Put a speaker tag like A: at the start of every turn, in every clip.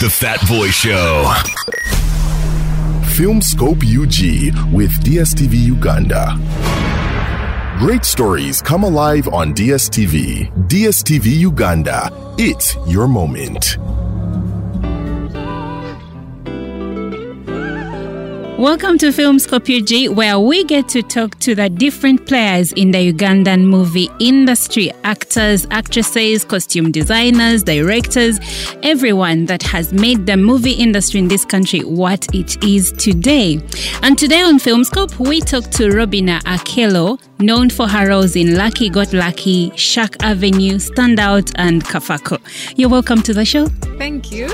A: The Fat Boy Show.
B: Filmscope UG with DSTV Uganda. Great stories come alive on DSTV. DSTV Uganda. It's your moment.
C: Welcome to Filmscope UG, where we get to talk to the different players in the Ugandan movie industry actors, actresses, costume designers, directors, everyone that has made the movie industry in this country what it is today. And today on Filmscope, we talk to Robina Akelo, known for her roles in Lucky Got Lucky, Shark Avenue, Standout, and Kafako. You're welcome to the show.
D: Thank you.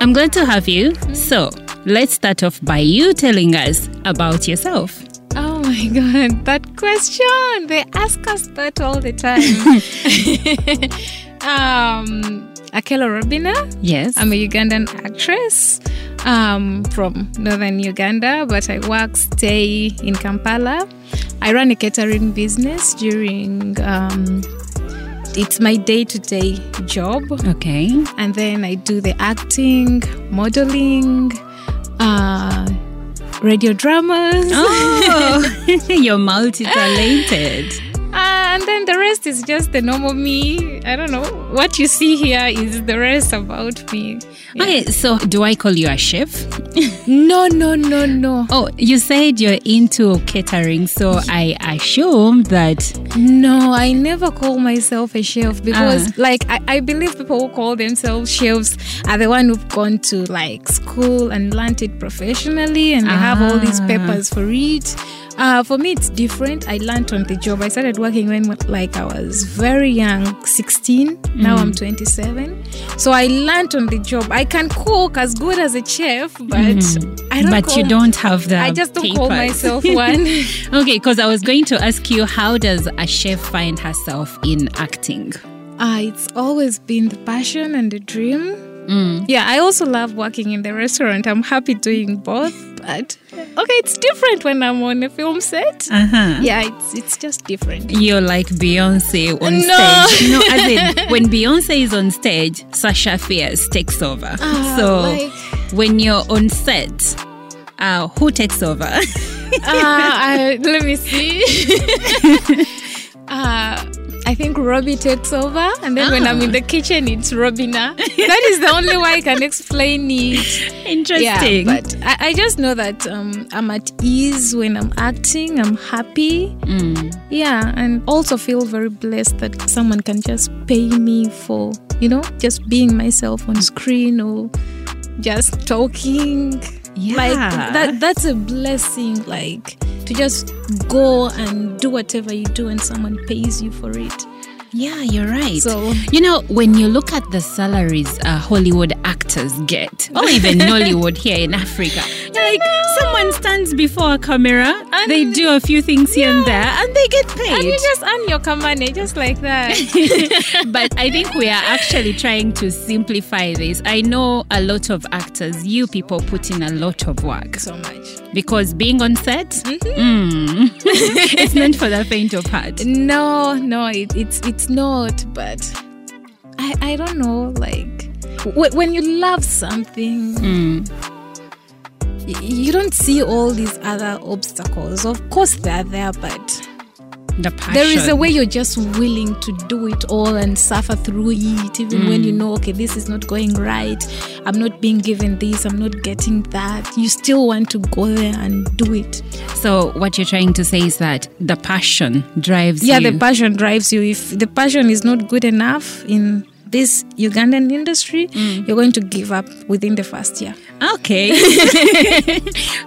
C: I'm glad to have you. So, let's start off by you telling us about yourself.
D: Oh my god, that question! They ask us that all the time. um, Akelo Robina.
C: Yes.
D: I'm a Ugandan actress um, from northern Uganda, but I work, stay in Kampala. I run a catering business during. Um, it's my day to day job.
C: okay.
D: and then I do the acting, modeling, uh, radio dramas,
C: Oh, you're multi talented.
D: Uh, and then the rest is just the normal me. I don't know what you see here is the rest about me. Yeah.
C: Okay, so do I call you a chef?
D: No, no, no, no,
C: Oh, you said you're into catering, so I assume that.
D: no! I never call myself a chef because,
C: Ah.
D: like, I, I believe people who call themselves chefs are the one who've gone to like school and learned it professionally, and they have all these
C: Ah.
D: papers for it. Uh, for me, it's different. I learned on the job. I started working when like I was very young, 16. Now
C: Mm.
D: I'm 27. So I learned on the job. I can cook as good as a chef, but I don't.
C: Mm-hmm. but
D: call-
C: you don't have the.
D: I just don't call
C: papers.
D: myself one.
C: okay, because I was going to ask you how does a chef find herself in acting?
D: Uh, it's always been the passion and the dream. Yeah, I also love working in the restaurant. I'm happy doing both, but okay, it's different when I'm on a film set.
C: Uh huh.
D: Yeah, it's it's just different.
C: You're like Beyonce on
D: No.
C: stage. No, as in when Beyonce is on stage, Sasha Fierce takes over. so
D: Ah, like-
C: when you're on set, uh, who takes over?
D: Uh, I, let me see. uh, I think Robbie takes over, and then when I'm in the kitchen, it's Robina. that is the only way I can explain it.
C: Interesting.
D: Yeah, but I, I just know that um, I'm at ease when I'm acting. I'm happy.
C: Mm.
D: Yeah, and also feel very blessed that someone can just pay me for you know just being myself on screen or just talking.
C: Yeah.
D: Like that that's a blessing. Like to just go and do whatever you do, and someone pays you for it.
C: yeah, you're right.
D: So-
C: you know, when you look at the salaries uh, Hollywood actors get, or even Nollywood here in Africa, like someone stands before a camera,
D: And-
C: they do a few things here and there, and they get paid.
D: And you just earn your kamane just like that.
C: but I think we are actually trying to simplify this. I know a lot of actors, you people put in a lot of work
D: so much. Mm-hmm.
C: because being on set, mm, it's not for the faint of heart.
D: No, no, it, it's it's not. But I I don't know. Like w- when you love something, y- you don't see all these other obstacles. Of course, they're there, but
C: The passion.
D: there is a way you're just willing to do it all and suffer through it, even when you know, okay, this is not going right. I'm not being given this. I'm not getting that. You still want to go there and do it.
C: So, what you're trying to say is that the passion drives
D: yeah
C: you.
D: the passion drives you if the passion is not good enough in this ugandan industry
C: Mm.
D: you're going to give up within the first year
C: Okay.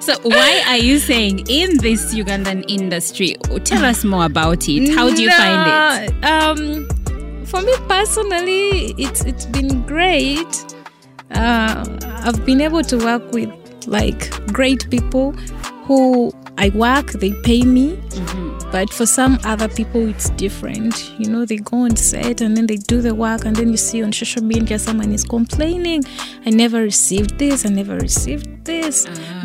C: so, why are you saying in this Ugandan industry? Tell us more about it. How do you find it?
D: it um for me personally it's it's been great uh, i've been able to work with
C: Mm-hmm.
D: like great people who i work they pay me But for some other people, it's different. You know, they go on set and then they do the work, and then you see on social media someone is complaining, I never received this, I never received this.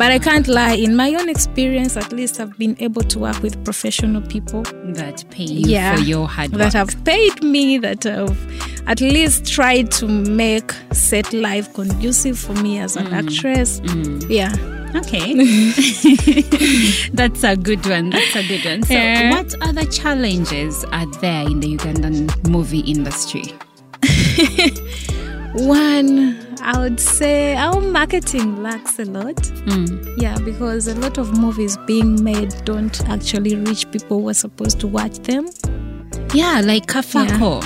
D: But I
C: Ah.
D: can't lie, in my own experience, at least I've been able to work with professional people
C: that pay you for your hard work.
D: that have paid me, that have at least tried to make set life conducive for me as an
C: Mm.
D: actress. Yeah.
C: Okay. That's a good one. That's a good one. So,
D: Yeah.
C: what other challenges are there in the Ugandan movie industry?
D: One, I would say our marketing lacks a lot.
C: Mm.
D: Yeah, because a lot of movies being made don't actually reach people who are supposed to watch them.
C: Yeah, like Kafako.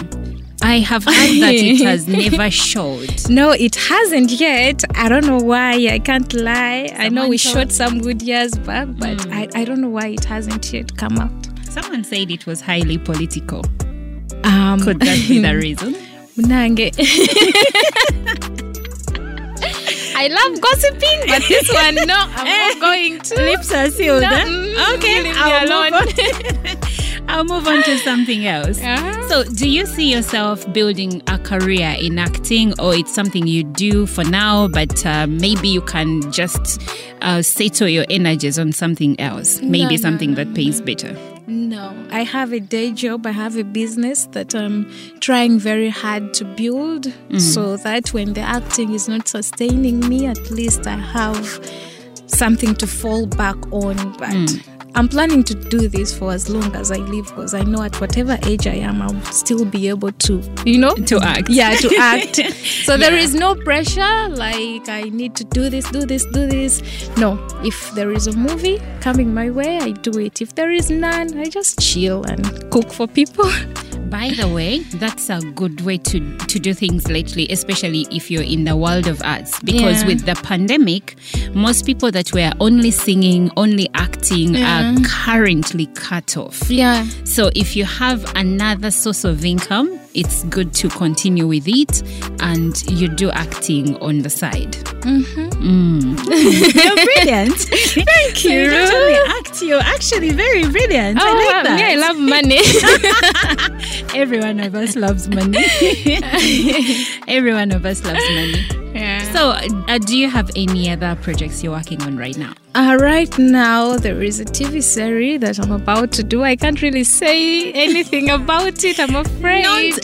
C: I have heard that it has never showed.
D: No, it hasn't yet. I don't know why. I can't lie. I know we
C: Someone Mm.
D: shot some good years back, but I, I don't know why it hasn't yet come out.
C: Someone said it was highly political.
D: Um,
C: Could that be the reason?
D: Mnange. I love gossiping, but this one, no, I'm not going to.
C: Lips are sealed.
D: No,
C: huh?
D: mm,
C: okay,
D: leave me
C: I'll
D: alone.
C: move on. I'll move on to something else.
D: Uh-huh.
C: So, do you see yourself building a career in acting, or it's something you do for now, but uh, maybe you can just uh, settle your energies on something else? Maybe
D: no,
C: something that pays better.
D: No, I have a day job. I have a business that I'm trying very hard to build so that when the acting is not sustaining me, at least I have something to fall back on. But I'm planning to do this for as long as I live because I know at whatever age I am, I'll still be able to, you know,
C: To act.
D: Yeah, to act. so there is no pressure like I need to do this, do this, do this. No, if there is a movie coming my way, I do it. If there is none, I just chill and cook for people.
C: By the way, that's a good way to, to do things lately, especially if you're in the world of arts. Because
D: Yeah.
C: with the pandemic, most people that were only singing, only acting are currently cut off.
D: Yeah.
C: So if you have another source of income, it's good to continue with it and you do acting on the side. Mm-hmm. You're brilliant. Thank
D: you.
C: act. You're actually very brilliant.
D: Oh, yeah, I love money.
C: Every one of us loves money. Every one of us loves money.
D: yeah.
C: So, uh, do you have any other projects you're working on right now?
D: Uh, right now, there is a TV series that I'm about to do. I can't really say anything about it, I'm afraid.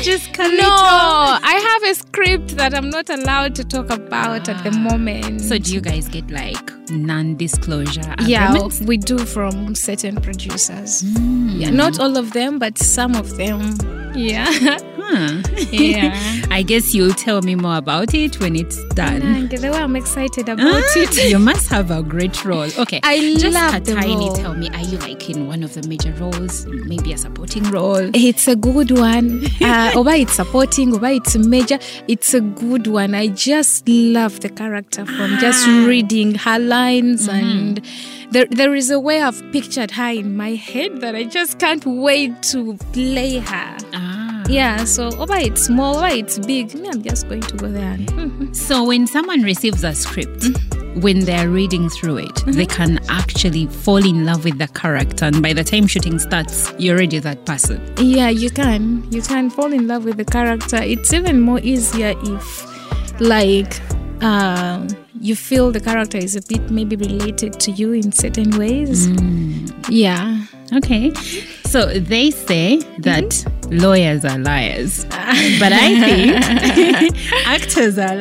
C: Just
D: No, I have a script that I'm not allowed to talk about at the moment.
C: So, do you guys get like non-disclosure
D: yeah,
C: agreements?
D: we do from certain producers. Yeah, not all of them, but some of them. Hmm. Yeah.
C: Huh.
D: Yeah.
C: I guess you'll tell me more about it when it's done.
D: and the way I'm excited about
C: Ah,
D: it.
C: you must have a great role. Okay,
D: I
C: just
D: love
C: a
D: the
C: tiny
D: role.
C: tell me, are you like in one of the major roles, maybe a supporting role?
D: It's a good one. Uh, over it's supporting, over it's major. It's a good one. I just love the character from just reading her lines, and there, there is a way I've pictured her in my head that I just can't wait to play her.
C: Ah.
D: Yeah, so over it's small, over it's big. Me, I'm just going to go there. And,
C: So when someone receives a script,
D: Mm-hmm.
C: when they're reading through it, they can actually fall in love with the character, and by the time shooting starts, you're already that person.
D: Yeah, you can. You can fall in love with the character. It's even more easier if, like, uh, you feel the character is a bit maybe related to you in certain ways. Mm. Yeah.
C: Okay. So they say that
D: Mm-hmm.
C: lawyers are liars, but I think actors are
D: They're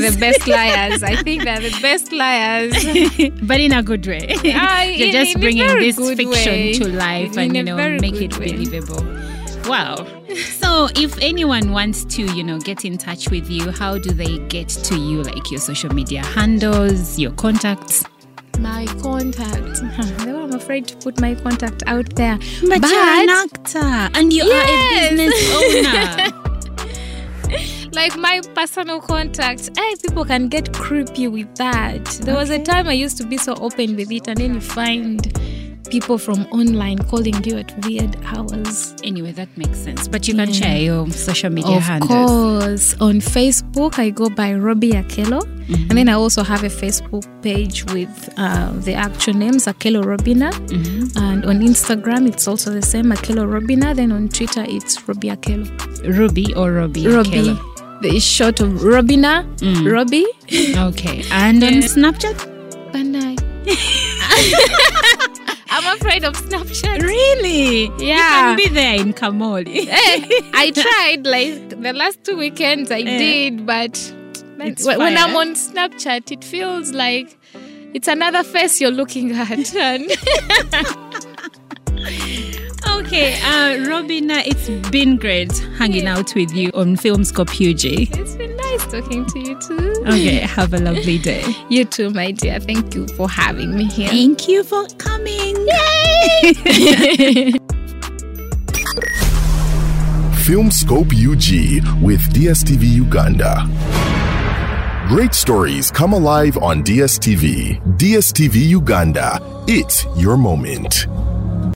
C: liars,
D: the best liars. I think they're the best liars.
C: but in a good way.
D: Ah,
C: You're
D: in-
C: just
D: in a
C: bringing
D: very
C: this
D: good
C: fiction
D: way.
C: to life and
D: In
C: you
D: a
C: know
D: very
C: make
D: good
C: it
D: way.
C: believable. Wow. So, if anyone wants to, you know, get in touch with you, how do they get to you? Like your social media handles, your contacts.
D: My contact. Huh, Though I'm afraid to put my contact out there.
C: actor and you
D: Yes.
C: are a business owner.
D: like my personal contacts hey people can get creepy with that there was a time i used to be so open with it and then you find people from online calling you at weird hours
C: anyway, that makes sense. But you can share your social media
D: of
C: handles. Mm-hmm.
D: course on facebook i go by robbie akelo And then I also have a Facebook page with uh, the actual names, Akelo Robina.
C: Mm-hmm.
D: And on Instagram, it's also the same, Akelo Robina. Then on Twitter, it's Robbie Akelo.
C: Ruby or Robbie?
D: Robbie.
C: Akelo?
D: The is short of Robina,
C: Mm.
D: Robbie.
C: Okay. And on Snapchat?
D: Bandai. I'm afraid of Snapchat.
C: Really?
D: Yeah.
C: You can be there in Kamoli.
D: Eh, I tried like the last two weekends I did, but man,
C: It's
D: wh- when
C: fine,
D: I'm on Snapchat, it feels like it's another face you're looking at. And
C: Okay, uh, Robina, it's been great hanging out with you on Filmscope UG.
D: it's been nice talking to you too.
C: Okay, have a lovely day.
D: You too, my dear. Thank you for having me here.
C: Thank you for coming.
B: Filmscope UG with DSTV Uganda. Great stories come alive on DSTV. DSTV Uganda. It's your moment.